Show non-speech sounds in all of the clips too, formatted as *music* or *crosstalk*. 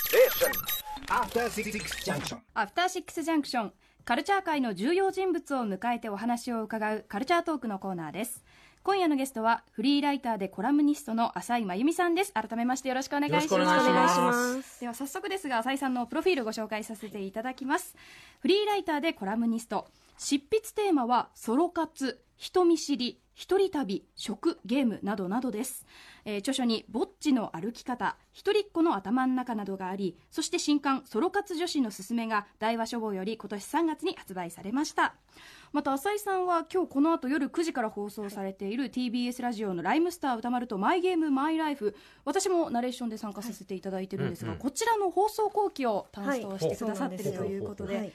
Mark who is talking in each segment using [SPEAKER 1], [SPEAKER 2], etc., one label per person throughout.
[SPEAKER 1] Station. After Six Junction.
[SPEAKER 2] アフターシックスジャンクションカルチャー界の重要人物を迎えてお話を伺うカルチャートークのコーナーです今夜のゲストはフリーライターでコラムニストの浅井真由美さんです改めましてよろしくお願いします
[SPEAKER 3] よろしくお願いします
[SPEAKER 2] では早速ですが浅井さんのプロフィールご紹介させていただきますフリーライターでコラムニスト執筆テーマはソロ活人見知り一人旅食ゲームなどなどです、えー著書に「ぼっちの歩き方」「一人っ子の頭の中」などがありそして新刊「ソロ活女子のすすめ」が大和書房より今年3月に発売されましたまた浅井さんは今日この後夜9時から放送されている TBS ラジオの「ライムスター歌丸とマイゲームマイライフ」私もナレーションで参加させていただいてるんですが、こちらの放送後期を担当してくださってるということで、
[SPEAKER 4] はい
[SPEAKER 2] まあ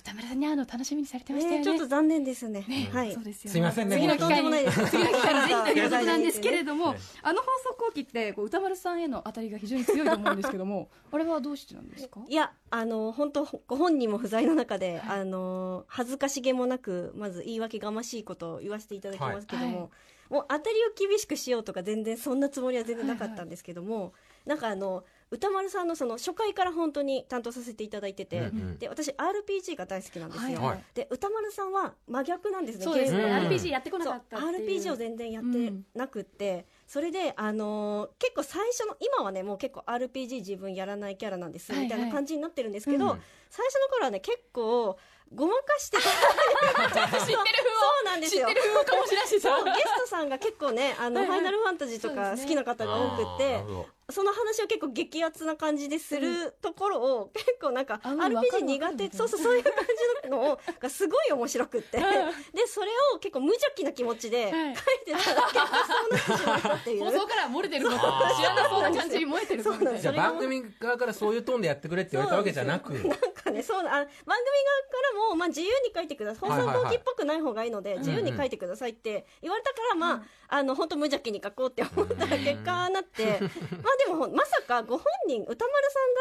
[SPEAKER 2] 歌丸さんねあの楽しみにされてましたよね。
[SPEAKER 4] ねちょっと残念ですね。はい
[SPEAKER 2] そう。ですよね。
[SPEAKER 3] すいませんね
[SPEAKER 2] 次の機
[SPEAKER 4] 本当
[SPEAKER 2] 会
[SPEAKER 4] と
[SPEAKER 2] に
[SPEAKER 4] んでもないです
[SPEAKER 2] 次の機会にぜひということなんですけれど *laughs* も、
[SPEAKER 3] はい
[SPEAKER 2] あの放送後期ってこう歌丸さんへの当たりが非常に強いと思うんですけども、あれはどうしてなんですか？
[SPEAKER 4] いやあの本当ご本人も不在の中で、あの恥ずかしげもなくまず言い訳がましいことを言わせていただきますけども、
[SPEAKER 2] はい
[SPEAKER 4] もう当たりを厳しくしようとか全然そんなつもりは全然なかったんですけども、なんかあの歌丸さんのその初回から本当に担当させていただいてて、
[SPEAKER 3] うんうん
[SPEAKER 4] で私 RPG が大好きなんですよ、
[SPEAKER 3] はいはい
[SPEAKER 4] で歌丸さんは真逆なんですね
[SPEAKER 2] そうですね。
[SPEAKER 4] ゲームの
[SPEAKER 3] うん
[SPEAKER 2] RPG やってこなかったって
[SPEAKER 4] そう
[SPEAKER 2] いう。
[SPEAKER 4] RPG を全然やってなくって、それで、あのー結構最初の今はねもう結構 RPG 自分やらないキャラなんです、
[SPEAKER 2] はいはい
[SPEAKER 4] みたいな感じになってるんですけど、
[SPEAKER 3] うん
[SPEAKER 4] 最初の頃はね結構ごまかしてた
[SPEAKER 2] 知ってる
[SPEAKER 4] そうなんです
[SPEAKER 2] 風を知って
[SPEAKER 4] よ
[SPEAKER 2] る風を醸し出して
[SPEAKER 4] *laughs*
[SPEAKER 2] さ
[SPEAKER 4] そう。ゲストさんが結構ね「あの
[SPEAKER 2] はいはい
[SPEAKER 4] ファイナルファンタジー」と
[SPEAKER 2] そう
[SPEAKER 4] か
[SPEAKER 2] です
[SPEAKER 4] 好
[SPEAKER 2] ね
[SPEAKER 4] きな方が多くって
[SPEAKER 3] あーなるほど
[SPEAKER 4] その話を結構激アツな感じでするところを、 *laughs* 結構なんか
[SPEAKER 2] あうんわかるわかる
[SPEAKER 4] RPG 苦手そうそうそういう感じののがすごい面白くってでそれを結構無邪気な気持ちで
[SPEAKER 2] はい
[SPEAKER 4] 書いてたら結構そうなってしまったって
[SPEAKER 2] *laughs*
[SPEAKER 4] い
[SPEAKER 2] 放
[SPEAKER 4] う
[SPEAKER 2] 送から漏れてるのか
[SPEAKER 3] そう
[SPEAKER 2] 知らなそうな感じに燃えてるのかみたいな
[SPEAKER 4] そうなんです
[SPEAKER 3] じゃ
[SPEAKER 4] よ
[SPEAKER 3] あ番組側からそういうトーンでやってくれって言われたわけじゃなく
[SPEAKER 4] なんかねそうなあ番組側からも、まあ、自由に書いてください
[SPEAKER 3] はい
[SPEAKER 4] 放
[SPEAKER 3] はい
[SPEAKER 4] 送
[SPEAKER 3] はい
[SPEAKER 4] 後期っぽくない方がいいので、
[SPEAKER 2] ん
[SPEAKER 4] 自由に書いてくださいって言われたから、まあ、あの本当無邪気に書こうって思ったら
[SPEAKER 3] うん
[SPEAKER 4] 結果ああなって、まあでもまさかご本人歌丸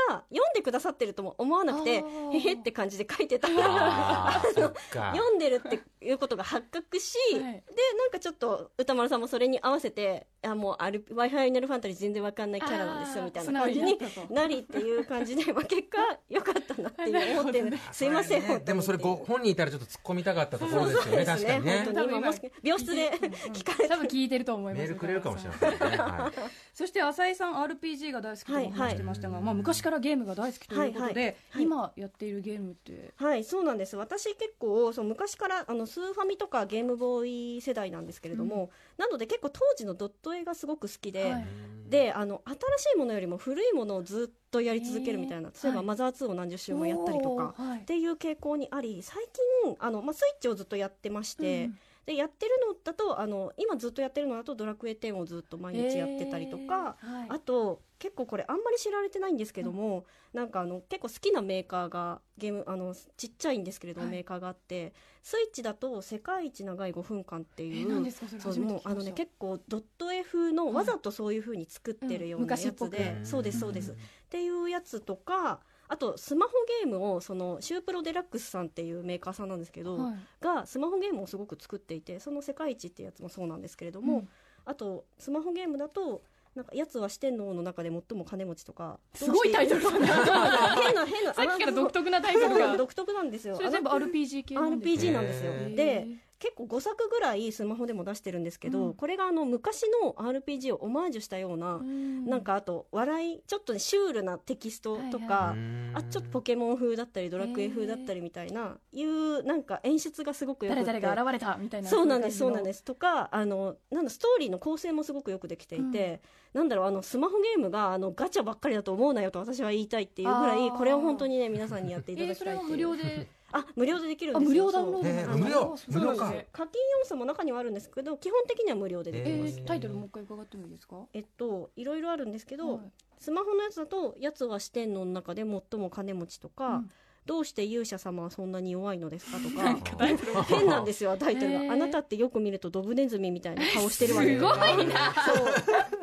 [SPEAKER 4] さんが読んでくださってるとも思わなくて
[SPEAKER 2] あー
[SPEAKER 4] へへって感じで書いてたら。
[SPEAKER 3] あーそっ
[SPEAKER 4] *laughs*
[SPEAKER 3] か
[SPEAKER 4] 読んでるっていうことが発覚し、
[SPEAKER 2] はい
[SPEAKER 4] でなんかちょっと歌丸さんもそれに合わせて「あもうある w i f i ナルファンタジー全然わかんないキャラなんですよ」みたいな感じに
[SPEAKER 2] あー素直になったと
[SPEAKER 4] なりっていう感じで、まあ、結果良かったなっていう思ってる、すいません、
[SPEAKER 3] ね
[SPEAKER 4] 本当に
[SPEAKER 3] でもそれご本人いたらちょっと突っ込みたかったところですよね確かにね
[SPEAKER 4] 本当に今もし病室で聞かれて
[SPEAKER 2] 多分聞いてると思いま
[SPEAKER 3] メ
[SPEAKER 2] す。
[SPEAKER 3] ールくれるかもしれませんねはい
[SPEAKER 2] そして浅井さん RPG が大好きとお話してましたが、
[SPEAKER 3] はいはい
[SPEAKER 2] まあ、昔からゲームが大好きということで、
[SPEAKER 4] はいはいはい
[SPEAKER 2] 今やっているゲームって
[SPEAKER 4] はい、そうなんです。私結構そう昔からあのスーファミとかゲームボーイ世代なんですけれども、なので結構当時のドット絵がすごく好きで、
[SPEAKER 2] はい
[SPEAKER 4] であの新しいものよりも古いものをずっとやり続けるみたいな
[SPEAKER 2] へー
[SPEAKER 4] 例え
[SPEAKER 2] は
[SPEAKER 4] ば
[SPEAKER 2] い
[SPEAKER 4] マザー2を何十周もやったりとか
[SPEAKER 2] おーはい
[SPEAKER 4] っていう傾向にあり最近あの、まあ、スイッチをずっとやってまして、
[SPEAKER 2] うん
[SPEAKER 4] でやってるのだとあの今ずっとやってるのだと「ドラクエ10」をずっと毎日やってたりとか、
[SPEAKER 2] えーはい
[SPEAKER 4] あと結構これあんまり知られてないんですけども、なんかあの結構好きなメーカーがゲームあのちっちゃいんですけれども、
[SPEAKER 2] はい
[SPEAKER 4] メーカーがあってスイッチだと「世界一長い5分間」って
[SPEAKER 2] え
[SPEAKER 4] い
[SPEAKER 2] ー
[SPEAKER 4] う。
[SPEAKER 2] 何ですかそれ
[SPEAKER 4] そう
[SPEAKER 2] 初めて
[SPEAKER 4] も
[SPEAKER 2] 聞
[SPEAKER 4] う
[SPEAKER 2] きま
[SPEAKER 4] あ
[SPEAKER 2] した
[SPEAKER 4] のね結構ドット絵風の
[SPEAKER 2] い
[SPEAKER 4] わざとそういう風に作ってるよう
[SPEAKER 2] うん
[SPEAKER 4] な
[SPEAKER 2] 昔っ
[SPEAKER 4] や
[SPEAKER 2] ぽ
[SPEAKER 4] つ
[SPEAKER 2] く
[SPEAKER 4] で、そうですそうです、っていうやつとかあとスマホゲームをそのシュープロデラックスさんっていうメーカーさんなんですけど、
[SPEAKER 2] はい
[SPEAKER 4] がスマホゲームをすごく作っていてその「世界一」ってやつもそうなんですけれども、
[SPEAKER 2] うん
[SPEAKER 4] あとスマホゲームだと「なんかやつは四天王の中で最も金持ち」とか
[SPEAKER 2] すごいタイトルだね
[SPEAKER 4] どうして変な変な
[SPEAKER 2] さっきから独
[SPEAKER 4] 特
[SPEAKER 2] 特なタイトルが
[SPEAKER 4] 独特なんですよ
[SPEAKER 2] それ全部
[SPEAKER 4] あの
[SPEAKER 2] RPG 系なんですね
[SPEAKER 4] RPG なんですよ
[SPEAKER 3] へー
[SPEAKER 4] で結構5作ぐらいスマホでも出してるんですけど、
[SPEAKER 2] うん
[SPEAKER 4] これがあの昔の RPG をオマージュしたような、なんかあと笑いちょっとねシュールなテキストとか、
[SPEAKER 2] は
[SPEAKER 4] あちょっとポケモン風だったりドラクエ風だったりみたいな、いうなんか演出がすごくよく
[SPEAKER 2] 誰
[SPEAKER 4] て
[SPEAKER 2] 々が現れたみたいな
[SPEAKER 4] そうなんですそうなんですすとかあのなんだストーリーの構成もすごくよくできていて、なんだろうあのスマホゲームがあのガチャばっかりだと思うなよと私は言いたいっていうぐら
[SPEAKER 2] あ
[SPEAKER 4] い
[SPEAKER 2] ー
[SPEAKER 4] これを本当にね皆さんにやって
[SPEAKER 2] え
[SPEAKER 4] いただ
[SPEAKER 2] ー
[SPEAKER 4] き
[SPEAKER 2] そ
[SPEAKER 4] た
[SPEAKER 2] れ
[SPEAKER 4] いっ
[SPEAKER 2] は
[SPEAKER 4] てい
[SPEAKER 2] 無
[SPEAKER 4] う、
[SPEAKER 2] 料で
[SPEAKER 4] あ無料でできる
[SPEAKER 2] あ
[SPEAKER 4] んです
[SPEAKER 2] 無
[SPEAKER 4] よ
[SPEAKER 2] 料ダウンロード
[SPEAKER 3] え
[SPEAKER 2] な
[SPEAKER 3] ー
[SPEAKER 2] んだ
[SPEAKER 3] 無
[SPEAKER 2] あ
[SPEAKER 3] 料
[SPEAKER 2] そうなんですね
[SPEAKER 3] 無料
[SPEAKER 4] 課金要素も中にはあるんですけど基本的には無料でできる、
[SPEAKER 2] え
[SPEAKER 4] え
[SPEAKER 2] ータイトルもう一回伺ってもいいですか
[SPEAKER 4] っといろいろあるんですけど、
[SPEAKER 2] はい
[SPEAKER 4] スマホのやつだと「やつは四天王の中で最も金持ち」とか、
[SPEAKER 2] うん
[SPEAKER 4] どうして勇者様はそんなに弱いのですか?」と
[SPEAKER 2] な
[SPEAKER 4] か
[SPEAKER 2] んか
[SPEAKER 4] 変なんですよタイトルが、
[SPEAKER 2] へー
[SPEAKER 4] あなたってよく見るとドブネズミみたいな顔してるわね
[SPEAKER 2] すごいな
[SPEAKER 4] そ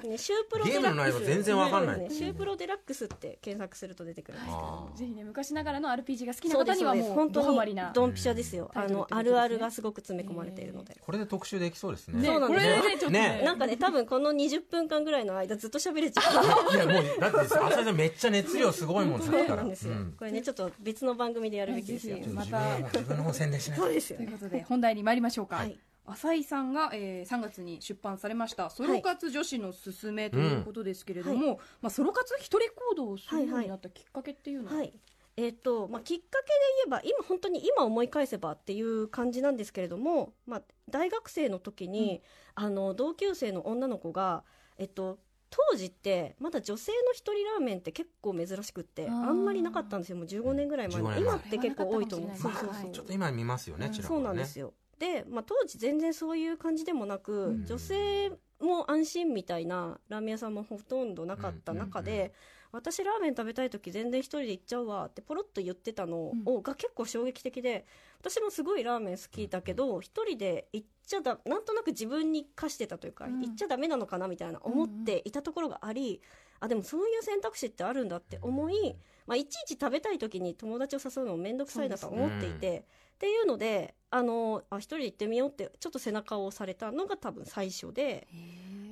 [SPEAKER 4] うねシュープロ
[SPEAKER 3] ゲームの内容全然わかんない
[SPEAKER 4] そうですねシュープロデラックスって検索すると出てくるんですけど
[SPEAKER 3] あー
[SPEAKER 2] ぜひね昔ながらの RPG が好きな
[SPEAKER 4] そうで
[SPEAKER 2] 方
[SPEAKER 4] す
[SPEAKER 2] には
[SPEAKER 4] そうで
[SPEAKER 2] も
[SPEAKER 4] す
[SPEAKER 2] う
[SPEAKER 4] 本
[SPEAKER 2] ドハ
[SPEAKER 4] 当
[SPEAKER 2] マり
[SPEAKER 4] に
[SPEAKER 2] な
[SPEAKER 4] ドンピシャですよ
[SPEAKER 2] タイ
[SPEAKER 4] あ
[SPEAKER 2] トル
[SPEAKER 4] の
[SPEAKER 2] ってことですね
[SPEAKER 4] あるあるがすごく詰め込まれているので
[SPEAKER 3] これで特集できそうですね。
[SPEAKER 2] ね
[SPEAKER 4] そうなんです
[SPEAKER 2] これでねちょっとね
[SPEAKER 3] ね
[SPEAKER 4] なんかね多分この20分間ぐらいの間ずっと喋れちゃう
[SPEAKER 3] いやもうだって浅井さんめっちゃ熱量すごいもんさっ
[SPEAKER 4] そう
[SPEAKER 3] きか
[SPEAKER 4] な
[SPEAKER 3] ら。
[SPEAKER 4] んですよ
[SPEAKER 3] うん
[SPEAKER 4] これねちょっと別の番組でやるべきですよ
[SPEAKER 2] はいぜ
[SPEAKER 3] 自分も自分の方宣伝しない
[SPEAKER 4] そ
[SPEAKER 3] と
[SPEAKER 4] う。ですよ
[SPEAKER 2] とい
[SPEAKER 4] ね
[SPEAKER 2] うことで本題に参りましょうか、
[SPEAKER 4] はい
[SPEAKER 2] 浅井さんが、えー3月に出版されました「ソロ活女子のすすめ」ということですけれども、まあ、ソロ活一人行動をするようになったきっかけっていうのは、
[SPEAKER 4] はいえーとまあ、きっかけで言えば今本当に今思い返せばっていう感じなんですけれども、まあ、大学生の時に、あの同級生の女の子が、えっと、当時ってまだ女性の一人ラーメンって結構珍しくっ
[SPEAKER 2] あ
[SPEAKER 4] てあ
[SPEAKER 2] ー
[SPEAKER 4] んまりなかったんですよもう15年ぐらい前
[SPEAKER 3] 15年前
[SPEAKER 4] 今って結構多いと思う
[SPEAKER 2] それはなかったかもしれない
[SPEAKER 4] そうそうそう
[SPEAKER 3] ちょっと今見ますよね。ちらほ
[SPEAKER 4] そうな
[SPEAKER 3] ら
[SPEAKER 4] んで
[SPEAKER 3] ね。
[SPEAKER 4] すよで、まあ、当時全然そういう感じでもなく、
[SPEAKER 2] うん
[SPEAKER 4] 女性も安心みたいなラーメン屋さんもほとんどなかった中で、
[SPEAKER 3] うんうんうん
[SPEAKER 4] 私ラーメン食べたい時全然一人で行っちゃうわってポロッと言ってたのを、が結構衝撃的で私もすごいラーメン好きだけど一人で行っちゃだなんとなく自分に課してたというか、
[SPEAKER 2] うん
[SPEAKER 4] 行っちゃダメなのかなみたいな思っていたところがあり、あでもそういう選択肢ってあるんだって思い、まあ、いちいち食べたい時に友達を誘うのも面倒くさいなと思ってい
[SPEAKER 3] そう
[SPEAKER 4] て、
[SPEAKER 3] です
[SPEAKER 4] っていうのであのあ一人で行ってみようってちょっと背中を押されたのが多分最初で。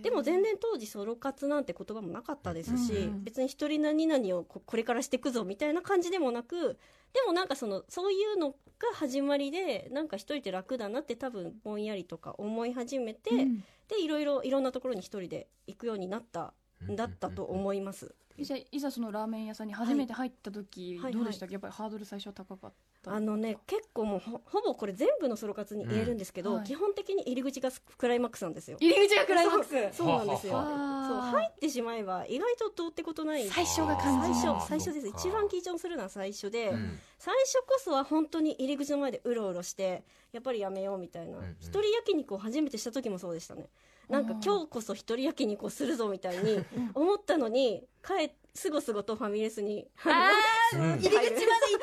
[SPEAKER 4] でも全然当時ソロ活なんて言葉もなかったですし、
[SPEAKER 2] うんうん
[SPEAKER 4] 別に一人何々をここれからしていくぞみたいな感じでもなくでもなんかそのそういうのが始まりでなんか一人って楽だなって多分ぼんやりとか思い始めて、
[SPEAKER 2] うん
[SPEAKER 4] でいろいろいろんなところに一人で行くようになったんだったと
[SPEAKER 3] うん。
[SPEAKER 4] 思います。
[SPEAKER 2] いざいざそのラーメン屋さんに初めて入った時、
[SPEAKER 4] はい
[SPEAKER 2] どうでしたっけやっぱりハードル最初は高かった
[SPEAKER 4] あのね結構もうほほぼこれ全部のソロ活に言えるんですけど、
[SPEAKER 2] うんはい
[SPEAKER 4] 基本的に入り口がクライマックスなんですよ。
[SPEAKER 2] 入り口がクライマックス
[SPEAKER 4] そうなんですよ。
[SPEAKER 3] は
[SPEAKER 2] は
[SPEAKER 4] そう
[SPEAKER 2] は
[SPEAKER 4] 入ってしまえば意外とどうってことない。
[SPEAKER 2] 最初が
[SPEAKER 4] 最
[SPEAKER 2] 肝心
[SPEAKER 4] 初
[SPEAKER 3] あー
[SPEAKER 4] 最初です。
[SPEAKER 3] そっか
[SPEAKER 4] 一番緊張するのは最初で、
[SPEAKER 3] うん
[SPEAKER 4] 最初こそは本当に入り口の前でうろうろしてやっぱりやめようみたいな、
[SPEAKER 3] うんうん
[SPEAKER 4] 一人焼肉を初めてした時もそうでしたねなんか
[SPEAKER 2] あー
[SPEAKER 4] 今日こそ一人焼肉をするぞみたいに思ったのに帰っすごすごとファミレスに
[SPEAKER 3] うん
[SPEAKER 4] 入り口まで行っ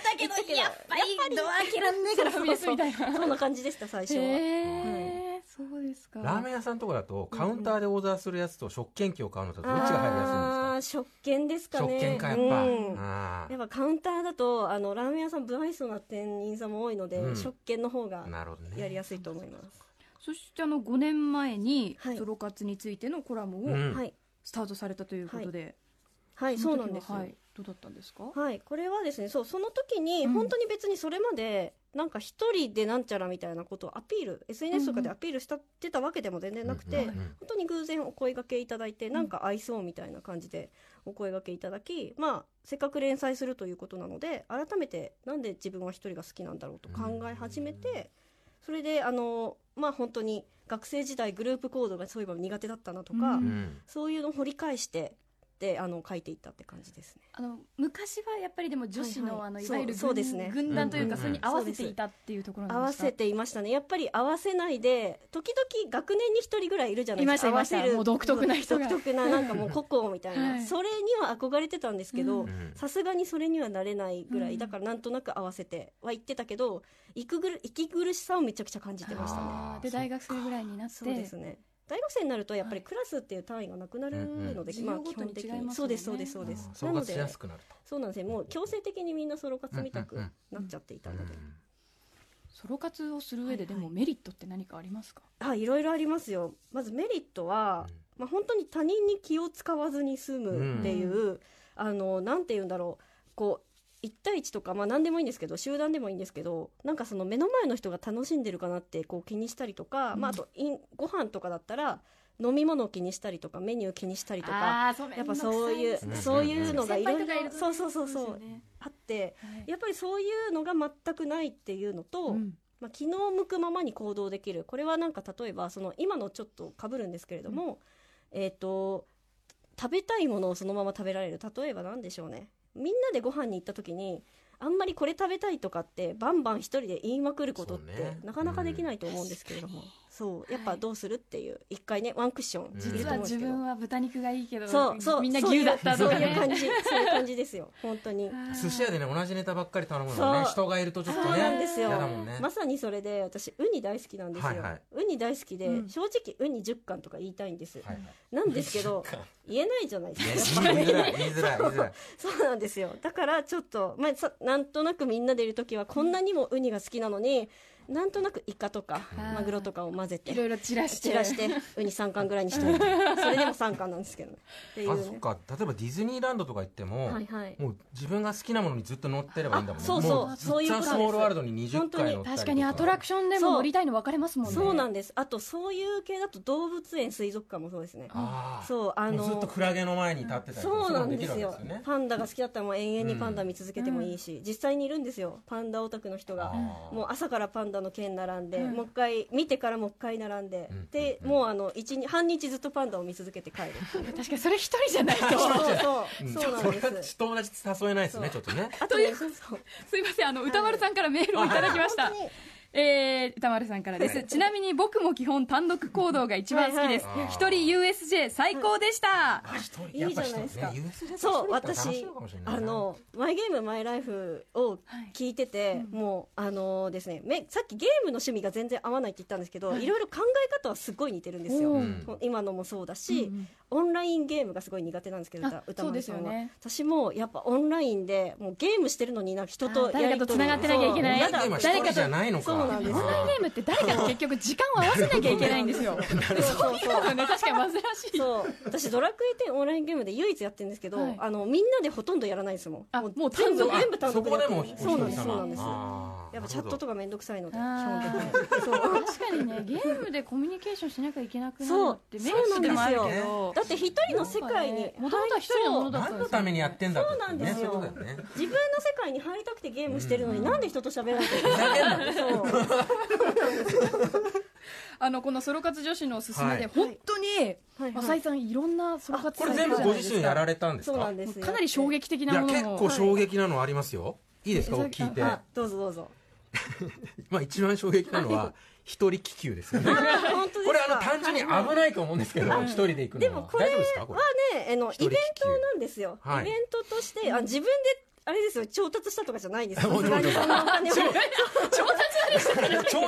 [SPEAKER 4] たけどやっぱりドア開けらんねえから
[SPEAKER 2] ファミレスみたいな
[SPEAKER 4] そんな感じでした最初は
[SPEAKER 2] へえそうですか
[SPEAKER 3] ラーメン屋さんとかだとカウンターでオーダーするやつと食券機を買うのとどっちが入りやすいん
[SPEAKER 4] あ
[SPEAKER 3] で
[SPEAKER 4] ー食券です
[SPEAKER 3] すか
[SPEAKER 4] かね
[SPEAKER 3] 食券かやっぱ、
[SPEAKER 4] うん
[SPEAKER 3] あー
[SPEAKER 4] やっぱカウンターだとあのラーメン屋さん不愛想な店員さんも多いので、
[SPEAKER 3] うん
[SPEAKER 4] 食券の方が
[SPEAKER 3] なるほどね
[SPEAKER 4] やりやすいと思います、
[SPEAKER 2] そしてあの5年前に
[SPEAKER 4] はい
[SPEAKER 2] ソロ活についてのコラ
[SPEAKER 3] う
[SPEAKER 2] ムを
[SPEAKER 3] ん
[SPEAKER 4] はい
[SPEAKER 2] スタートされたということで、
[SPEAKER 4] は
[SPEAKER 2] そ
[SPEAKER 4] いそう
[SPEAKER 2] の
[SPEAKER 4] なん
[SPEAKER 2] 時は
[SPEAKER 4] ですよ、
[SPEAKER 2] はい、どうだったんですか
[SPEAKER 4] はい、これはですね、そう、その時に、
[SPEAKER 2] うん
[SPEAKER 4] 本当に別にそれまで、なんか一人でなんちゃらみたいなことをアピール、SNS とかでアピールした、ってたわけでも全然なくて、
[SPEAKER 3] うんうんうん
[SPEAKER 4] 本当に偶然お声掛けいただいて、なんか合いそうみたいな感じでお声掛けいただき、まあ、せっかく連載するということなので、改めてなんで自分は一人が好きなんだろうと考え始めて、それで、あの、まあ本当に学生時代グループ行動がそういえば苦手だったなとか、
[SPEAKER 2] う
[SPEAKER 3] うん
[SPEAKER 4] そういうのを掘り返して、で、あの、書いていったって感じですね。
[SPEAKER 2] あの昔はやっぱりでも女子の,、
[SPEAKER 4] はい
[SPEAKER 2] あの
[SPEAKER 4] はい
[SPEAKER 2] い
[SPEAKER 4] そう
[SPEAKER 2] わゆる
[SPEAKER 4] そう
[SPEAKER 2] 軍,、
[SPEAKER 4] ですね
[SPEAKER 2] 軍団というか、
[SPEAKER 3] うん
[SPEAKER 2] それに合わせていたっていうところ
[SPEAKER 4] 合
[SPEAKER 2] なん
[SPEAKER 4] わ
[SPEAKER 2] ですか
[SPEAKER 4] せていましたねやっぱり合わせないで時々学年に一人ぐらいいるじゃないですか
[SPEAKER 2] いましたいました
[SPEAKER 4] 合わせる
[SPEAKER 2] もう独特な人が
[SPEAKER 4] 独特ななんかもう故郷みたいな、
[SPEAKER 2] *laughs* はい
[SPEAKER 4] それには憧れてたんですけ
[SPEAKER 2] う
[SPEAKER 4] ど
[SPEAKER 3] ん
[SPEAKER 4] さすがにそれにはなれないぐら
[SPEAKER 2] う
[SPEAKER 4] い
[SPEAKER 2] ん
[SPEAKER 4] だからなんとなく合わせては言ってたけど息苦息苦しさをめちゃくちゃ感じてましたね
[SPEAKER 2] あー
[SPEAKER 3] そ
[SPEAKER 2] で
[SPEAKER 3] っか
[SPEAKER 2] 大学生ぐらいになって
[SPEAKER 4] そうですね大学生になるとやっぱりクラスっていう単位がなくなるので、
[SPEAKER 2] うんうん
[SPEAKER 4] まあ
[SPEAKER 2] 授業ご
[SPEAKER 4] 基
[SPEAKER 2] とに
[SPEAKER 4] 本的
[SPEAKER 2] 違い
[SPEAKER 4] に
[SPEAKER 2] ます
[SPEAKER 4] そ
[SPEAKER 2] も
[SPEAKER 4] うん
[SPEAKER 2] ね
[SPEAKER 4] ですそうですそうです、
[SPEAKER 3] 総
[SPEAKER 4] な
[SPEAKER 3] 括
[SPEAKER 4] の
[SPEAKER 3] し
[SPEAKER 4] で
[SPEAKER 3] やすくなる
[SPEAKER 4] そうなんですよもう強制的にみんなソロ活みたく
[SPEAKER 3] うんうん
[SPEAKER 4] なっちゃっていた
[SPEAKER 3] と、
[SPEAKER 4] ので、
[SPEAKER 2] ソロ活をする上でで
[SPEAKER 4] はい
[SPEAKER 2] もメリットって何かありますか、
[SPEAKER 4] あいろいろありますよまずメリットは、
[SPEAKER 3] うん
[SPEAKER 4] まあ、本当に他人に気を使わずに済むっていう、あのなんて言うんだろうこう1対1とか、まあ、何でもいいんですけど集団でもいいんですけどなんかその目の前の人が楽しんでるかなってこう気にしたりとか、
[SPEAKER 2] うん
[SPEAKER 4] まあ、あといご飯とかだったら飲み物を気にしたりとかメニュー気にしたりとか
[SPEAKER 2] あーそう
[SPEAKER 4] やっぱそういう
[SPEAKER 3] ね
[SPEAKER 4] そういうのがいろ
[SPEAKER 2] 先輩とか
[SPEAKER 4] い
[SPEAKER 2] いる
[SPEAKER 4] ろ
[SPEAKER 2] とね
[SPEAKER 4] そうそうそう
[SPEAKER 2] そ
[SPEAKER 4] そう
[SPEAKER 2] で
[SPEAKER 4] う
[SPEAKER 2] すよね
[SPEAKER 4] あって
[SPEAKER 2] はい
[SPEAKER 4] やっぱりそういうのが全くないっていうのと、
[SPEAKER 2] うん
[SPEAKER 4] まあ、気の向くままに行動できるこれはなんか例えばその今のちょっとかぶるんですけれども、えっ、と食べたいものをそのまま食べられる例えばなんでしょうねみんなでご飯に行った時にあんまりこれ食べたいとかってバンバン一人で言いまくることっ
[SPEAKER 3] そうね
[SPEAKER 4] てなかなかできないと思うんですけれども、
[SPEAKER 2] うん
[SPEAKER 4] そうやっぱどうするっていう一回ねワンクッションいる
[SPEAKER 2] 実
[SPEAKER 4] と思
[SPEAKER 2] は
[SPEAKER 4] うんです
[SPEAKER 2] 自
[SPEAKER 4] けど
[SPEAKER 2] 分は豚肉がいいけど
[SPEAKER 4] そうそう
[SPEAKER 2] みんな牛だったと
[SPEAKER 4] そう
[SPEAKER 2] か
[SPEAKER 4] いうそういう感
[SPEAKER 2] ね
[SPEAKER 4] じそういう感じですよ本当に
[SPEAKER 2] あー
[SPEAKER 3] 寿司屋でね同じネタばっかり頼むのね
[SPEAKER 4] そう
[SPEAKER 3] 人がいるとちょっ
[SPEAKER 4] そ
[SPEAKER 3] と
[SPEAKER 4] う
[SPEAKER 3] ね
[SPEAKER 4] なんですよ
[SPEAKER 3] 嫌だもんね
[SPEAKER 4] まさにそれで私ウニ大好きなんですよ、
[SPEAKER 3] はいはい
[SPEAKER 4] ウニ大好きで、
[SPEAKER 2] うん
[SPEAKER 4] 正直ウニ10貫とか言いたいんです、
[SPEAKER 3] はいはい
[SPEAKER 4] なんです
[SPEAKER 3] *laughs*
[SPEAKER 4] けど言えないじゃないですか
[SPEAKER 3] 言いづら
[SPEAKER 4] やっぱ
[SPEAKER 3] い
[SPEAKER 4] り
[SPEAKER 3] 言いづらい言いづらい
[SPEAKER 4] そうなんですよだからちょっと、まあ、さなんとなくみんなでいる時はこんなにもウニが好きなのになんとなくイカとか
[SPEAKER 2] うん
[SPEAKER 4] マグロとかを混ぜて
[SPEAKER 2] いろいろ散らして
[SPEAKER 4] 散らしてウニ3貫ぐらいにし
[SPEAKER 2] *laughs*
[SPEAKER 4] ておいてそれでも3貫なんですけどねっていう
[SPEAKER 3] あ
[SPEAKER 4] ね
[SPEAKER 3] そっか例えばディズニーランドとか行っても、
[SPEAKER 4] はいはい
[SPEAKER 3] もう自分が好きなものにずっと乗ってればいいんだもんね
[SPEAKER 4] あそうそう
[SPEAKER 3] もずっ
[SPEAKER 4] そういうこと
[SPEAKER 3] ザ
[SPEAKER 4] です
[SPEAKER 3] スモールワールドに20回乗ったりと
[SPEAKER 2] 確かにアトラクションでも乗りたいの分かれますもんね
[SPEAKER 4] そうなんですあとそういう系だと動物園水族館もそうですね
[SPEAKER 3] ああ
[SPEAKER 4] そうあの
[SPEAKER 3] もうずっとクラゲの前に立ってたりとか
[SPEAKER 4] そうなんです
[SPEAKER 3] いの
[SPEAKER 4] よ
[SPEAKER 3] もきるわけね
[SPEAKER 4] パンダが好きだったらもう永遠にパンダ見続けてもいいし、実際にいるんですよパンダオタクの人が
[SPEAKER 3] あー
[SPEAKER 4] もう朝からパンダの剣並んで、
[SPEAKER 2] うん
[SPEAKER 4] もう一回見てからもう一回並んで、
[SPEAKER 3] うん
[SPEAKER 4] で、
[SPEAKER 3] うん
[SPEAKER 4] もうあの一日半日ずっとパンダを見続けて帰るっていう
[SPEAKER 2] 確かにそれ一人じゃないと
[SPEAKER 4] そうそううんそうなん
[SPEAKER 3] それ
[SPEAKER 4] で
[SPEAKER 3] は
[SPEAKER 4] す
[SPEAKER 3] 友達誘えないですねち
[SPEAKER 4] そ
[SPEAKER 3] ょっとね
[SPEAKER 4] あとねそうそう
[SPEAKER 2] すいませんあの歌丸さんからメールをいただきました、
[SPEAKER 4] 本当に
[SPEAKER 2] えー、歌丸さんからです、
[SPEAKER 3] はい
[SPEAKER 2] ちなみに僕も基本単独行動が一番好きです
[SPEAKER 3] はいはい
[SPEAKER 2] 一人 USJ 最高でした、
[SPEAKER 3] あ一人
[SPEAKER 4] いいじゃないですか
[SPEAKER 3] やっぱ一人ね USJ
[SPEAKER 4] そう
[SPEAKER 3] 楽しい
[SPEAKER 4] 私
[SPEAKER 3] かもしれない
[SPEAKER 4] あ
[SPEAKER 3] な
[SPEAKER 4] の「マイゲームマイライフ」を聞いてて、
[SPEAKER 2] はいうん
[SPEAKER 4] もうあのですねめさっきゲームの趣味が全然合わないって言ったんですけど、
[SPEAKER 2] はい
[SPEAKER 4] い、ろいろ考え方はすごい似てるんですよ、
[SPEAKER 2] おー
[SPEAKER 3] うん
[SPEAKER 4] 今のもそうだ
[SPEAKER 2] うん
[SPEAKER 4] し、オンラインゲームがすごい苦手なんですけど
[SPEAKER 2] あ
[SPEAKER 4] 歌歌丸さん
[SPEAKER 2] そうで
[SPEAKER 4] は、
[SPEAKER 2] すよね
[SPEAKER 4] 私もやっぱオンラインでもうゲームしてるのになんか人と
[SPEAKER 2] あ誰かと繋がってなきゃいけない
[SPEAKER 4] そうやだ
[SPEAKER 3] 今一人じゃないのか
[SPEAKER 4] そうなん
[SPEAKER 2] オ
[SPEAKER 4] で
[SPEAKER 2] ン
[SPEAKER 4] すよ
[SPEAKER 2] ラインゲームって誰かに結局時間を合わせなきゃいけないんですよ
[SPEAKER 4] そうそうそう
[SPEAKER 2] そうね確かに珍しい
[SPEAKER 4] そう私ドラクエ10オンラインゲームで唯一やってるんですけど、
[SPEAKER 2] はい
[SPEAKER 4] あのみんなでほとんどやらないですもん
[SPEAKER 2] あもう
[SPEAKER 4] 全
[SPEAKER 2] 単
[SPEAKER 4] 部
[SPEAKER 2] 独
[SPEAKER 4] 全部単
[SPEAKER 3] そ
[SPEAKER 4] 独
[SPEAKER 3] こ
[SPEAKER 4] や
[SPEAKER 3] で
[SPEAKER 4] って
[SPEAKER 3] もお
[SPEAKER 4] る
[SPEAKER 3] 一人様
[SPEAKER 4] そうなんですそうなんです
[SPEAKER 3] あー
[SPEAKER 4] やっぱチャットとかめんどくさいので基本的に
[SPEAKER 2] あー確かにねゲームでコミュニケーションしなきゃいけなくなるのってメリットでもあるけど
[SPEAKER 4] だって一人の世界に
[SPEAKER 2] もともとは一人のものだったんですよ
[SPEAKER 3] 何のためにやってんだって
[SPEAKER 4] そうなんです
[SPEAKER 3] ね
[SPEAKER 4] よ
[SPEAKER 3] そういうことだよね
[SPEAKER 4] 自分の世界に入りたくてゲームしてるのに、なんで人と喋らなきゃいけないのそう
[SPEAKER 2] あのこのソロ活女子のおすすめで、
[SPEAKER 3] はい
[SPEAKER 2] 本当に、
[SPEAKER 4] はい
[SPEAKER 2] 浅井さんいろんなソロ活
[SPEAKER 3] こ
[SPEAKER 2] され
[SPEAKER 3] れ
[SPEAKER 2] てる
[SPEAKER 3] 全部
[SPEAKER 2] じゃな
[SPEAKER 3] ご
[SPEAKER 2] いで
[SPEAKER 3] 自
[SPEAKER 2] す
[SPEAKER 3] 身
[SPEAKER 2] か
[SPEAKER 3] やられたんです
[SPEAKER 4] そうな
[SPEAKER 3] か
[SPEAKER 4] んですよ
[SPEAKER 2] かなり衝撃的
[SPEAKER 3] い
[SPEAKER 2] な
[SPEAKER 3] や
[SPEAKER 2] もの
[SPEAKER 3] 結
[SPEAKER 2] も
[SPEAKER 3] 構衝撃なのありますよいいですか
[SPEAKER 2] はい
[SPEAKER 3] 聞いて
[SPEAKER 4] あどうぞどうぞ
[SPEAKER 3] まあ一番衝撃なのは一人気球ですよね
[SPEAKER 4] あ *laughs* 本当で
[SPEAKER 3] こ
[SPEAKER 4] すか
[SPEAKER 3] れあの単純に危ないと思うんですけど一人で行く
[SPEAKER 4] で
[SPEAKER 3] の
[SPEAKER 4] も
[SPEAKER 3] は
[SPEAKER 4] こ
[SPEAKER 3] 大
[SPEAKER 4] れは
[SPEAKER 3] 丈夫ですかこれ
[SPEAKER 4] ねあのイ
[SPEAKER 3] 一人
[SPEAKER 4] ベン
[SPEAKER 3] 気球
[SPEAKER 4] トなんですよ、
[SPEAKER 3] はい
[SPEAKER 4] イベントとしてあ自分であれですよ調達したとかじゃないですよ
[SPEAKER 3] も
[SPEAKER 4] さ
[SPEAKER 3] う
[SPEAKER 4] すがにそんなお金を
[SPEAKER 3] 調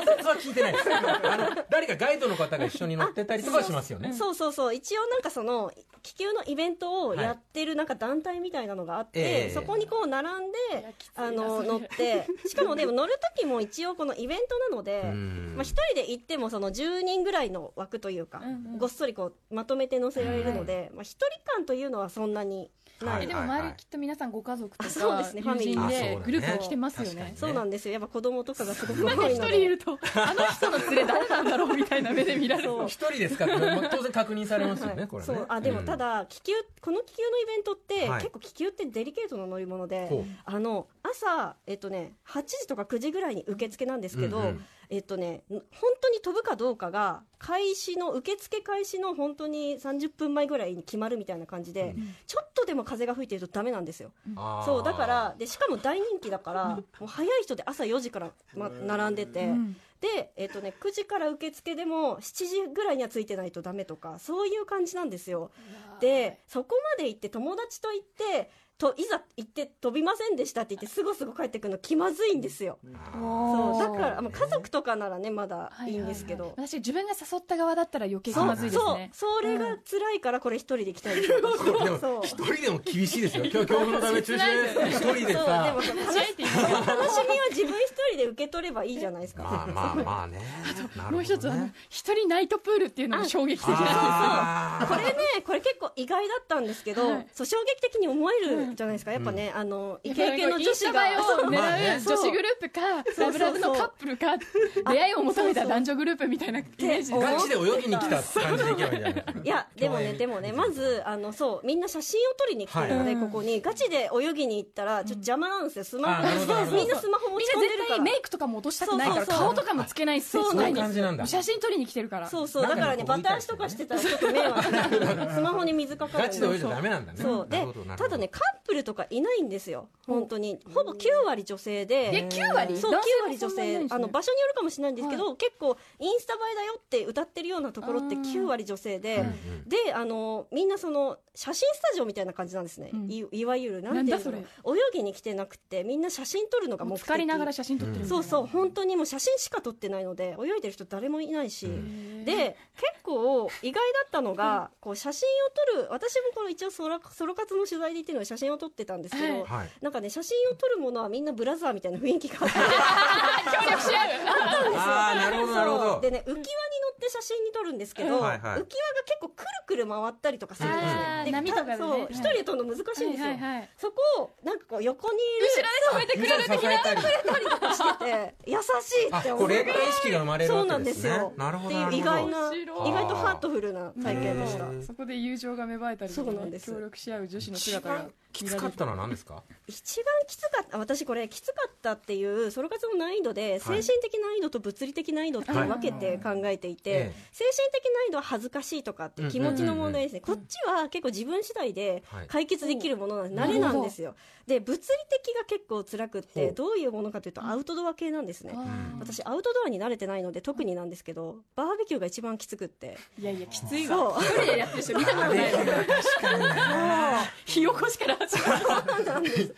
[SPEAKER 3] 達は聞いてないですあの誰かガイドの方が一緒に乗ってたりとかはしますよね
[SPEAKER 4] そうそうそう一応なんかその気球のイベントをやってるなんか団体みたいなのがあって、
[SPEAKER 3] ええ
[SPEAKER 4] そこにこう並んで
[SPEAKER 2] いやきついな
[SPEAKER 4] あの
[SPEAKER 2] それ
[SPEAKER 4] 乗ってしかもでも乗る時も一応このイベントなので
[SPEAKER 3] うん
[SPEAKER 4] まあ、一人で行ってもその10人ぐらいの枠というか、
[SPEAKER 2] うんうん
[SPEAKER 4] ごっそりこうまとめて乗せられるので、まあ、一人感というのはそんなにない、
[SPEAKER 3] はい
[SPEAKER 2] えでも周りきっと皆さんご家族と
[SPEAKER 4] あそう
[SPEAKER 2] か
[SPEAKER 4] です
[SPEAKER 2] 友人
[SPEAKER 4] ねファミリー
[SPEAKER 3] あそうだ
[SPEAKER 2] で
[SPEAKER 3] ね
[SPEAKER 2] グループを来てますよ
[SPEAKER 3] 確か
[SPEAKER 2] ね
[SPEAKER 3] に
[SPEAKER 4] そうなんですよやっぱ子供とかがすごく
[SPEAKER 2] なんか
[SPEAKER 4] 多い
[SPEAKER 2] 一
[SPEAKER 4] の
[SPEAKER 2] 人い
[SPEAKER 4] で
[SPEAKER 2] るとあの人の連れ誰なんだろうみたいな目で見られる
[SPEAKER 4] そう
[SPEAKER 3] 一人ですかってまあ当然確認されますよ
[SPEAKER 4] は
[SPEAKER 3] ね
[SPEAKER 4] い
[SPEAKER 3] これ
[SPEAKER 4] そ
[SPEAKER 3] ね
[SPEAKER 4] うあでも
[SPEAKER 3] うん
[SPEAKER 4] ただ、気球この気球のイベントって、
[SPEAKER 3] はい
[SPEAKER 4] 結構気球ってデリケートな乗り物で、
[SPEAKER 3] ほう
[SPEAKER 4] あの朝、えっとね、8時とか9時ぐらいに受付なんですけど、
[SPEAKER 3] うんうん
[SPEAKER 4] えっとね、本当に飛ぶかどうかが開始の受付開始の本当に30分前ぐらいに決まるみたいな感じで、
[SPEAKER 3] うん
[SPEAKER 4] ちょっとでも風が吹いてるとダメなんですよ
[SPEAKER 3] あー
[SPEAKER 4] そうだからでしかも大人気だからもう早い人で朝4時から、ま、並んでて、
[SPEAKER 2] うん
[SPEAKER 4] で、えっとね、9時から受付でも7時ぐらいにはついてないとダメとかそういう感じなんですよでそこまで行って友達と行ってといざ行って飛びませんでしたって言ってすごすご帰ってくるの気まずいんですよ
[SPEAKER 3] あー
[SPEAKER 2] お
[SPEAKER 4] そ
[SPEAKER 2] ー
[SPEAKER 4] うだから、まあ、家族とかならねまだいいんですけど、
[SPEAKER 2] はいはいはい私自分が誘った側だったら余計気
[SPEAKER 4] そう
[SPEAKER 2] まずいですね
[SPEAKER 4] そうそれが辛いからこれ一人で行きたいですよ
[SPEAKER 3] これでも
[SPEAKER 4] そう
[SPEAKER 3] 一人でも厳しいですよ今日恐怖のため中止です一人で
[SPEAKER 4] そう
[SPEAKER 3] さ
[SPEAKER 4] でもその
[SPEAKER 2] 話し合えていいの
[SPEAKER 4] 楽しみは自分一人で受け取ればいいじゃないですか。
[SPEAKER 3] まあまあまあね。なるほどね
[SPEAKER 2] もう一つあの一人ナイトプールっていうのも衝撃的です
[SPEAKER 3] あー
[SPEAKER 4] これね、これ結構意外だったんですけど、
[SPEAKER 2] はい
[SPEAKER 4] そう衝撃的に思えるじゃないですか。やっぱね、あの、イケイケの女
[SPEAKER 2] 女子
[SPEAKER 4] 子
[SPEAKER 2] が
[SPEAKER 4] が。
[SPEAKER 2] を
[SPEAKER 3] ま
[SPEAKER 2] 狙
[SPEAKER 3] あね
[SPEAKER 2] う女子グループか
[SPEAKER 4] そう
[SPEAKER 2] ラブラブのカップルか出会いを求めた男女グループみたいなイメージ
[SPEAKER 4] そう
[SPEAKER 2] で
[SPEAKER 3] ガチで泳ぎに来たって感じでいけばいいんじゃない
[SPEAKER 4] いや、でもね、でもね、ま、ず
[SPEAKER 3] 共、
[SPEAKER 4] あの、そう、みんな写真を撮りに来てるので、
[SPEAKER 2] はい
[SPEAKER 4] ここに、ガチで泳ぎに行ったら、ちょっと邪魔なんですよ、スマ
[SPEAKER 3] あ
[SPEAKER 4] ホ。
[SPEAKER 3] なるほどなるほど
[SPEAKER 4] みんなスマホ持
[SPEAKER 2] みん
[SPEAKER 4] ち込
[SPEAKER 2] な
[SPEAKER 4] んでる
[SPEAKER 2] 絶
[SPEAKER 4] か
[SPEAKER 2] 対
[SPEAKER 4] ら
[SPEAKER 2] メ。イクとかも落としたくないから
[SPEAKER 4] そうそうそう
[SPEAKER 2] 顔とかもつけないし
[SPEAKER 4] そ
[SPEAKER 3] そ
[SPEAKER 4] う
[SPEAKER 3] ういう感じなんだ
[SPEAKER 2] 写真撮りに来てるから
[SPEAKER 4] そうそう、だからね、
[SPEAKER 3] な
[SPEAKER 4] バ
[SPEAKER 3] ん
[SPEAKER 4] タ
[SPEAKER 3] か
[SPEAKER 4] 足とかしてたら、ちょっと迷惑。スマホに水か
[SPEAKER 3] *laughs* 演
[SPEAKER 4] か
[SPEAKER 3] ガ
[SPEAKER 4] るんで
[SPEAKER 3] チで泳いじゃダメなんだね。
[SPEAKER 4] そう
[SPEAKER 3] な
[SPEAKER 4] で
[SPEAKER 3] るほどなるほ
[SPEAKER 4] た
[SPEAKER 3] ど
[SPEAKER 4] だね、カップルとかいないんですよ本当にほぼ9割女性で
[SPEAKER 2] え9割
[SPEAKER 4] そう9
[SPEAKER 2] 男性
[SPEAKER 4] 割女
[SPEAKER 2] もそんなにいないんですね
[SPEAKER 4] 性あの場所によるかもしれないんですけど、結構インスタ映えだよって歌ってるようなところって
[SPEAKER 2] あー
[SPEAKER 4] 9割女性で、
[SPEAKER 3] うんうん
[SPEAKER 4] であのみんなその写真スタジオみたいな感じなんですね、
[SPEAKER 2] うん
[SPEAKER 4] いいわゆるなんていうんだろ
[SPEAKER 2] なん
[SPEAKER 4] う
[SPEAKER 2] だ
[SPEAKER 4] 泳ぎに来てなくてみんな写真撮るのが
[SPEAKER 2] もう
[SPEAKER 4] 目的
[SPEAKER 2] 疲れながら写真撮ってるみたい
[SPEAKER 4] そ
[SPEAKER 2] な
[SPEAKER 4] うそう本当にもう写真しか撮ってないので泳いでる人誰もいないし、
[SPEAKER 3] うん
[SPEAKER 4] で結構意外だったのが、こう写真を撮る私もこの一応ソロソロ活の取材で行ってるので写真を撮ってたんですけど、
[SPEAKER 2] はい
[SPEAKER 3] はい
[SPEAKER 4] なんかね写真を撮るものはみんなブラザーみたいな雰囲気があって
[SPEAKER 2] 協力し合う
[SPEAKER 3] ああなるほどなるほ
[SPEAKER 4] そ
[SPEAKER 3] ど
[SPEAKER 4] うでね浮き輪に乗って写真に撮るんですけど、
[SPEAKER 3] はいはい
[SPEAKER 4] 浮き輪が結構くるくる回ったりとかするんです
[SPEAKER 2] あー
[SPEAKER 4] ね。で
[SPEAKER 2] 波とかでね
[SPEAKER 4] そう
[SPEAKER 2] はい
[SPEAKER 4] 一人で撮るの難しいんですよ。
[SPEAKER 2] はいはいはい
[SPEAKER 4] そこをなんかこう横にいる
[SPEAKER 2] 後ろで止めてくれる
[SPEAKER 3] みんなで支えたり
[SPEAKER 4] 撮ったりとかしてて優しい
[SPEAKER 3] あ
[SPEAKER 4] って
[SPEAKER 3] こ
[SPEAKER 4] 思
[SPEAKER 3] う連帯意識が生まれる
[SPEAKER 4] そうな
[SPEAKER 3] わ
[SPEAKER 4] ん
[SPEAKER 3] け
[SPEAKER 4] で
[SPEAKER 3] ですす
[SPEAKER 4] よ
[SPEAKER 3] ね。なるほど
[SPEAKER 4] っ
[SPEAKER 3] な
[SPEAKER 4] て
[SPEAKER 3] る
[SPEAKER 4] いう意
[SPEAKER 2] 面白い
[SPEAKER 3] ほど
[SPEAKER 4] 外な意外とハートフルな体験でした。
[SPEAKER 3] うん
[SPEAKER 2] そこで友情が芽生えたりとか
[SPEAKER 4] そうなん
[SPEAKER 2] ね
[SPEAKER 4] です
[SPEAKER 2] 協力し合う女子の
[SPEAKER 3] 一
[SPEAKER 2] 姿が見られ
[SPEAKER 3] 番
[SPEAKER 2] る
[SPEAKER 3] きつかったのは何ですか
[SPEAKER 4] 一番きつかったあ私これきつかったっていうソロ活の難易度で精神的難易度と物理的難易度って分けて考えていて、
[SPEAKER 3] はいええ
[SPEAKER 4] 精神的難易度は恥ずかしいとかっていう気持ちの問題ですね、こっちは結構自分次第で
[SPEAKER 3] はい
[SPEAKER 4] 解決できるものなんです、
[SPEAKER 2] はい
[SPEAKER 4] 慣れなんですよで物理的が結構辛くっ
[SPEAKER 3] ほ
[SPEAKER 4] て
[SPEAKER 3] う
[SPEAKER 4] どういうものかというとアウトドア系なんですね、
[SPEAKER 2] あー
[SPEAKER 4] 私アウトドアに慣れてないので特になんですけどバーベキューが一番きつくって
[SPEAKER 2] いやいやきつい
[SPEAKER 4] そ
[SPEAKER 2] わ *laughs*
[SPEAKER 4] う
[SPEAKER 2] 一人でやってる人見たことないわ *laughs* 火起こしから始まる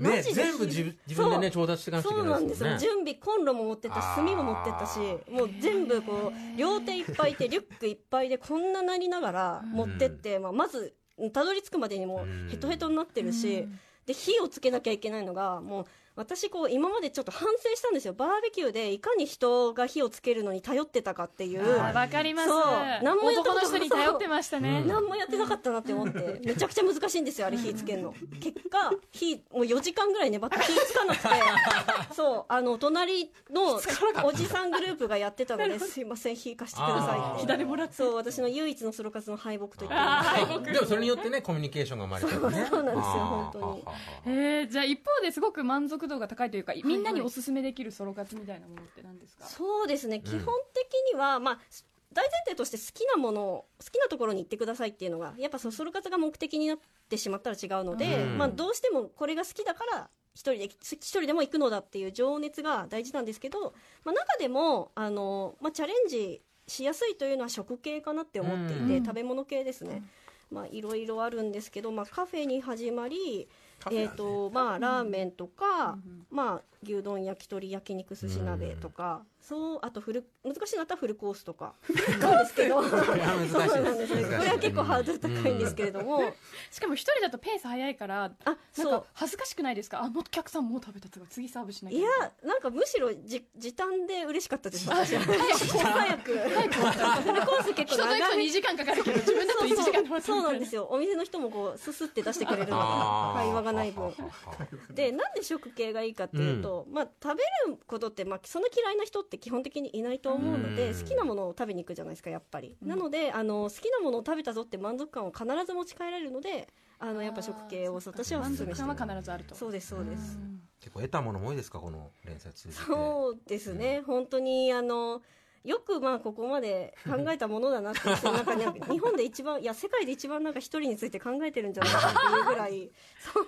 [SPEAKER 4] マ
[SPEAKER 3] ね
[SPEAKER 4] ジで
[SPEAKER 3] 全部自自分でね
[SPEAKER 4] そ
[SPEAKER 3] 調達していかなくちゃい
[SPEAKER 4] そ
[SPEAKER 3] うけな
[SPEAKER 4] ないん
[SPEAKER 3] で
[SPEAKER 4] ですす
[SPEAKER 3] も
[SPEAKER 4] よ、
[SPEAKER 3] んね
[SPEAKER 4] 準備コンロも持ってったし
[SPEAKER 3] あ
[SPEAKER 4] 炭
[SPEAKER 3] ー
[SPEAKER 4] も持ってったしもう全部こう両手いっぱ
[SPEAKER 3] *laughs*
[SPEAKER 4] いでリュックいっぱいでこんななりながら持ってって、まあ、まずたどり着くまでにも
[SPEAKER 3] うん
[SPEAKER 4] ヘトヘトになってるし、で火をつけなきゃいけないのがもう私こう今までちょっと反省したんですよバーベキューでいかに人が火をつけるのに頼ってたかっていう
[SPEAKER 3] あー
[SPEAKER 2] わかります
[SPEAKER 4] そう何もやった
[SPEAKER 2] 男
[SPEAKER 4] こ
[SPEAKER 2] の人
[SPEAKER 4] と
[SPEAKER 2] に頼ってましたね
[SPEAKER 3] うん
[SPEAKER 4] 何もやってなかったなって思ってめちゃくちゃ難しいんですよあれ火つけるの結果火もう4時間ぐらい粘って火つかなくてそうあの隣のおじさんグループがやってたのですいません火貸してくださいって
[SPEAKER 3] あー
[SPEAKER 2] 左もらって
[SPEAKER 4] そう私の唯一のソロ活の敗北と言っても
[SPEAKER 2] あー敗北
[SPEAKER 3] でもそれによってねコミュニケーションが生まれたりね
[SPEAKER 4] そうそうなんですよ
[SPEAKER 3] あー
[SPEAKER 4] 本当に
[SPEAKER 3] はは
[SPEAKER 2] え
[SPEAKER 3] はは
[SPEAKER 2] ー、じゃあ一方ですごく満足度が高いというか、みんなにおすすめできるソロ活みたいなものって何ですか、
[SPEAKER 4] そうですね
[SPEAKER 3] うん
[SPEAKER 4] 基本的には、まあす大前提として好きなものを好きなところに行ってくださいっていうのがやっぱそそる活が目的になってしまったら違うので、
[SPEAKER 3] うん
[SPEAKER 4] まあ、どうしてもこれが好きだから一人で一人でも行くのだっていう情熱が大事なんですけど、まあ、中でもあの、まあ、チャレンジしやすいというのは食系かなって思っていて、
[SPEAKER 2] うん
[SPEAKER 4] 食べ物系ですね。まあ、いろいろあるんですけど、まあ、カフェに始まり、
[SPEAKER 3] カフェ
[SPEAKER 4] え
[SPEAKER 3] なん
[SPEAKER 4] ー
[SPEAKER 3] だね
[SPEAKER 4] *laughs* とまあ、ラーメンとか、
[SPEAKER 2] うん
[SPEAKER 4] まあ、牛丼焼き鳥焼肉寿司鍋とか、そうあとフル難しいのあったらフルコースとかなんですけどそう
[SPEAKER 3] これは難しいです
[SPEAKER 4] なんです
[SPEAKER 3] 難しい
[SPEAKER 4] これは結構ハードル高いんですけれども、
[SPEAKER 2] しかも一人だとペース早いから
[SPEAKER 4] あ
[SPEAKER 2] なん
[SPEAKER 4] そ
[SPEAKER 2] か
[SPEAKER 4] う
[SPEAKER 2] 恥ずかしくないですかあもうお客さんもう食べたとか次サーブしなきゃ
[SPEAKER 4] いやなんかむしろじ時短で嬉しかったです私は *laughs* 早く *laughs* フルコース結
[SPEAKER 2] 人と行
[SPEAKER 4] 構長
[SPEAKER 2] くと
[SPEAKER 4] い
[SPEAKER 2] 2時間かかるけど自分だと1時間で終わっちゃ
[SPEAKER 4] そうなんですすよお店の人もこうすすって出してくれるので
[SPEAKER 3] あー
[SPEAKER 4] 会話がない
[SPEAKER 3] は
[SPEAKER 4] 分
[SPEAKER 3] ははは
[SPEAKER 4] でなんで食系がいいかっていうと、まあ、食べることって、まあ、そんな嫌いな人って基本的にいないと思うので、
[SPEAKER 3] うん
[SPEAKER 4] 好きなものを食べに行くじゃないですかやっぱり、
[SPEAKER 2] うん
[SPEAKER 4] なのであの好きなものを食べたぞって満足感を必ず持ち帰られるのであのやっぱ食系を
[SPEAKER 2] あー
[SPEAKER 4] 私はおすす
[SPEAKER 2] 満
[SPEAKER 4] めして
[SPEAKER 2] 足
[SPEAKER 4] ま
[SPEAKER 2] 感は必ずあると
[SPEAKER 4] すそうですそうです、
[SPEAKER 2] ん
[SPEAKER 3] 結構得たものも多いですかこの連載通じて
[SPEAKER 4] そうですね、本当にあのよくまあここまで考えたものだなっていう人の中に日本で一番いや世界で一番なんか一人について考えてるんじゃないかっていうぐら
[SPEAKER 2] *laughs*
[SPEAKER 4] い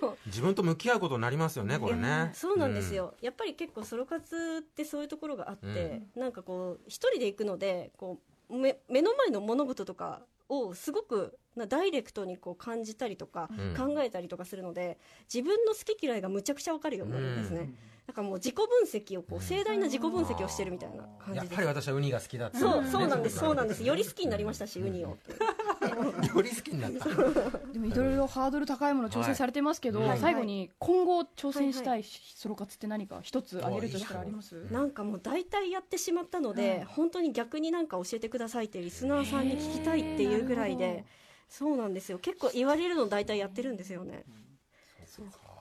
[SPEAKER 4] そう
[SPEAKER 3] 自分と向き合うことになりますよねこれね
[SPEAKER 4] そうなんですよ、やっぱり結構ソロ活ってそういうところがあって、なんかこう一人で行くのでこう目目の前の物事とかをすごくなダイレクトにこう感じたりとか、
[SPEAKER 3] うん
[SPEAKER 4] 考えたりとかするので自分の好き嫌いがむちゃくちゃ分かるようになるんですね、だからもう自己分析をこ
[SPEAKER 3] うん
[SPEAKER 4] う盛大な自己分析をしてるみたいな
[SPEAKER 3] うん
[SPEAKER 4] 感
[SPEAKER 3] や
[SPEAKER 4] じ
[SPEAKER 3] っ
[SPEAKER 4] で
[SPEAKER 3] ぱ
[SPEAKER 4] す、
[SPEAKER 3] り私はウニが好きだっていの
[SPEAKER 4] そ
[SPEAKER 3] が
[SPEAKER 4] う
[SPEAKER 3] ね
[SPEAKER 4] そうなんです
[SPEAKER 3] こ
[SPEAKER 4] そう
[SPEAKER 3] と
[SPEAKER 4] なん
[SPEAKER 3] ね
[SPEAKER 4] ですより好きになりましたし、ウニを
[SPEAKER 3] より好きになった
[SPEAKER 2] でもいろいろハードル高いもの挑戦されてますけど、
[SPEAKER 3] はい
[SPEAKER 2] 最後に今後挑戦したいソロ活って何か一つ挙げるとしたらあります
[SPEAKER 4] なんかもう大体やってしまったので、
[SPEAKER 2] うん
[SPEAKER 4] 本当に逆になんか教えてくださいってリスナーさんに聞きたいっていうぐらい
[SPEAKER 2] へーなる
[SPEAKER 4] で、そうなんですよ結構言われるの大体やってるんですよね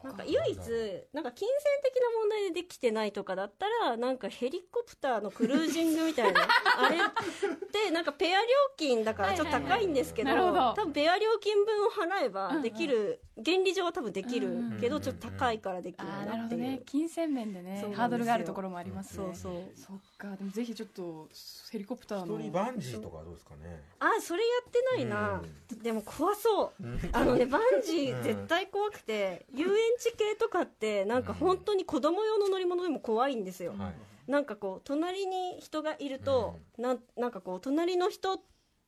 [SPEAKER 4] なんか唯一なんか金銭的な問題でできてないとかだったらなんかヘリコプターのクルージングみた
[SPEAKER 2] *laughs*
[SPEAKER 4] いなあれってなんかペア料金だからちょっと高いんですけど
[SPEAKER 2] はいはいはいなるほど
[SPEAKER 4] 多分ペア料金分を払えばできる、原理上は多分でき
[SPEAKER 2] う
[SPEAKER 4] る
[SPEAKER 2] んうん
[SPEAKER 4] けどちょっと高いからでき
[SPEAKER 2] あ
[SPEAKER 4] る
[SPEAKER 2] ー
[SPEAKER 4] ん
[SPEAKER 2] なる
[SPEAKER 4] だ
[SPEAKER 2] ほ
[SPEAKER 4] って
[SPEAKER 2] ど
[SPEAKER 4] いう、
[SPEAKER 2] ね金銭面でね
[SPEAKER 4] そうなんですよ
[SPEAKER 2] ハードルがあるところもありますね
[SPEAKER 4] そうそう
[SPEAKER 2] そっかでもぜひちょっとヘリコプター
[SPEAKER 3] 一
[SPEAKER 2] の
[SPEAKER 3] 人バンジーとかどうですかね。
[SPEAKER 4] あーそれやってないな、でも怖そう
[SPEAKER 3] うん
[SPEAKER 4] あのね、バンジ
[SPEAKER 3] う
[SPEAKER 4] ー
[SPEAKER 3] ん
[SPEAKER 4] 絶対怖くて、遊園地系とかって、なんか本当に子供用の乗り物でも怖いんですよ。
[SPEAKER 3] はい。
[SPEAKER 4] なんかこう、隣に人がいると、なんなんかこう、隣の人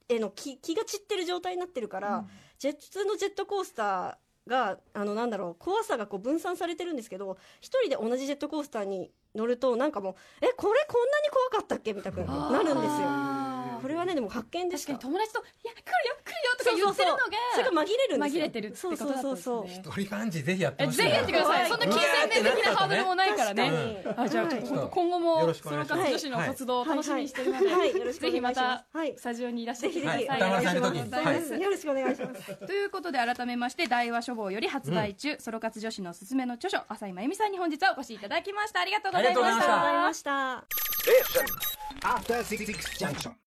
[SPEAKER 4] への気気が散ってる状態になってるから、ジェ普通のジェットコースターが、あの、なんだろう、怖さがこう分散されてるんですけど、一人で同じジェットコースターに乗ると、なんかもう、え、これこんなに怖かったっけみたいに
[SPEAKER 2] あー
[SPEAKER 4] なるんですよ。
[SPEAKER 2] あー
[SPEAKER 4] これはね、でも発見でし
[SPEAKER 2] 確か
[SPEAKER 4] た
[SPEAKER 2] に。友達と「いや来るよ来るよ」とか言ってるのが
[SPEAKER 4] それが紛れるんです
[SPEAKER 2] 紛
[SPEAKER 4] よ
[SPEAKER 2] れてるってことだったん
[SPEAKER 4] そうそう
[SPEAKER 2] です
[SPEAKER 4] そうそう
[SPEAKER 2] ね
[SPEAKER 3] 一人バンジーぜひやって
[SPEAKER 2] え
[SPEAKER 3] ほしいな。
[SPEAKER 2] ぜひやってください。そんな金銭面的なハードルもないからね。
[SPEAKER 4] 確かに
[SPEAKER 2] あじゃあちょっと本当今後も
[SPEAKER 3] よろしく
[SPEAKER 2] ソ
[SPEAKER 3] お願
[SPEAKER 2] ロ
[SPEAKER 3] い
[SPEAKER 2] 活女子
[SPEAKER 3] します
[SPEAKER 2] の活動を楽しみにしてるので、
[SPEAKER 4] はいはいよろしくお
[SPEAKER 2] ぜ
[SPEAKER 4] 願
[SPEAKER 2] ひます
[SPEAKER 4] いしま
[SPEAKER 2] た
[SPEAKER 4] はい
[SPEAKER 2] スタジオにいらして
[SPEAKER 4] ぜ
[SPEAKER 2] く
[SPEAKER 4] ひぜ
[SPEAKER 2] ださい。
[SPEAKER 4] ひ、
[SPEAKER 3] はい歌丸さんいる時に
[SPEAKER 2] ありがとうございます
[SPEAKER 4] よろしくお願いします。
[SPEAKER 2] ということで改めまして大和書房より発売中、ソロ活女子のすすめの著書浅井真由美さんに本日はお越しいただきましたありがとうございま
[SPEAKER 3] ありがとうございました
[SPEAKER 2] した
[SPEAKER 4] した。
[SPEAKER 1] After Six Junction.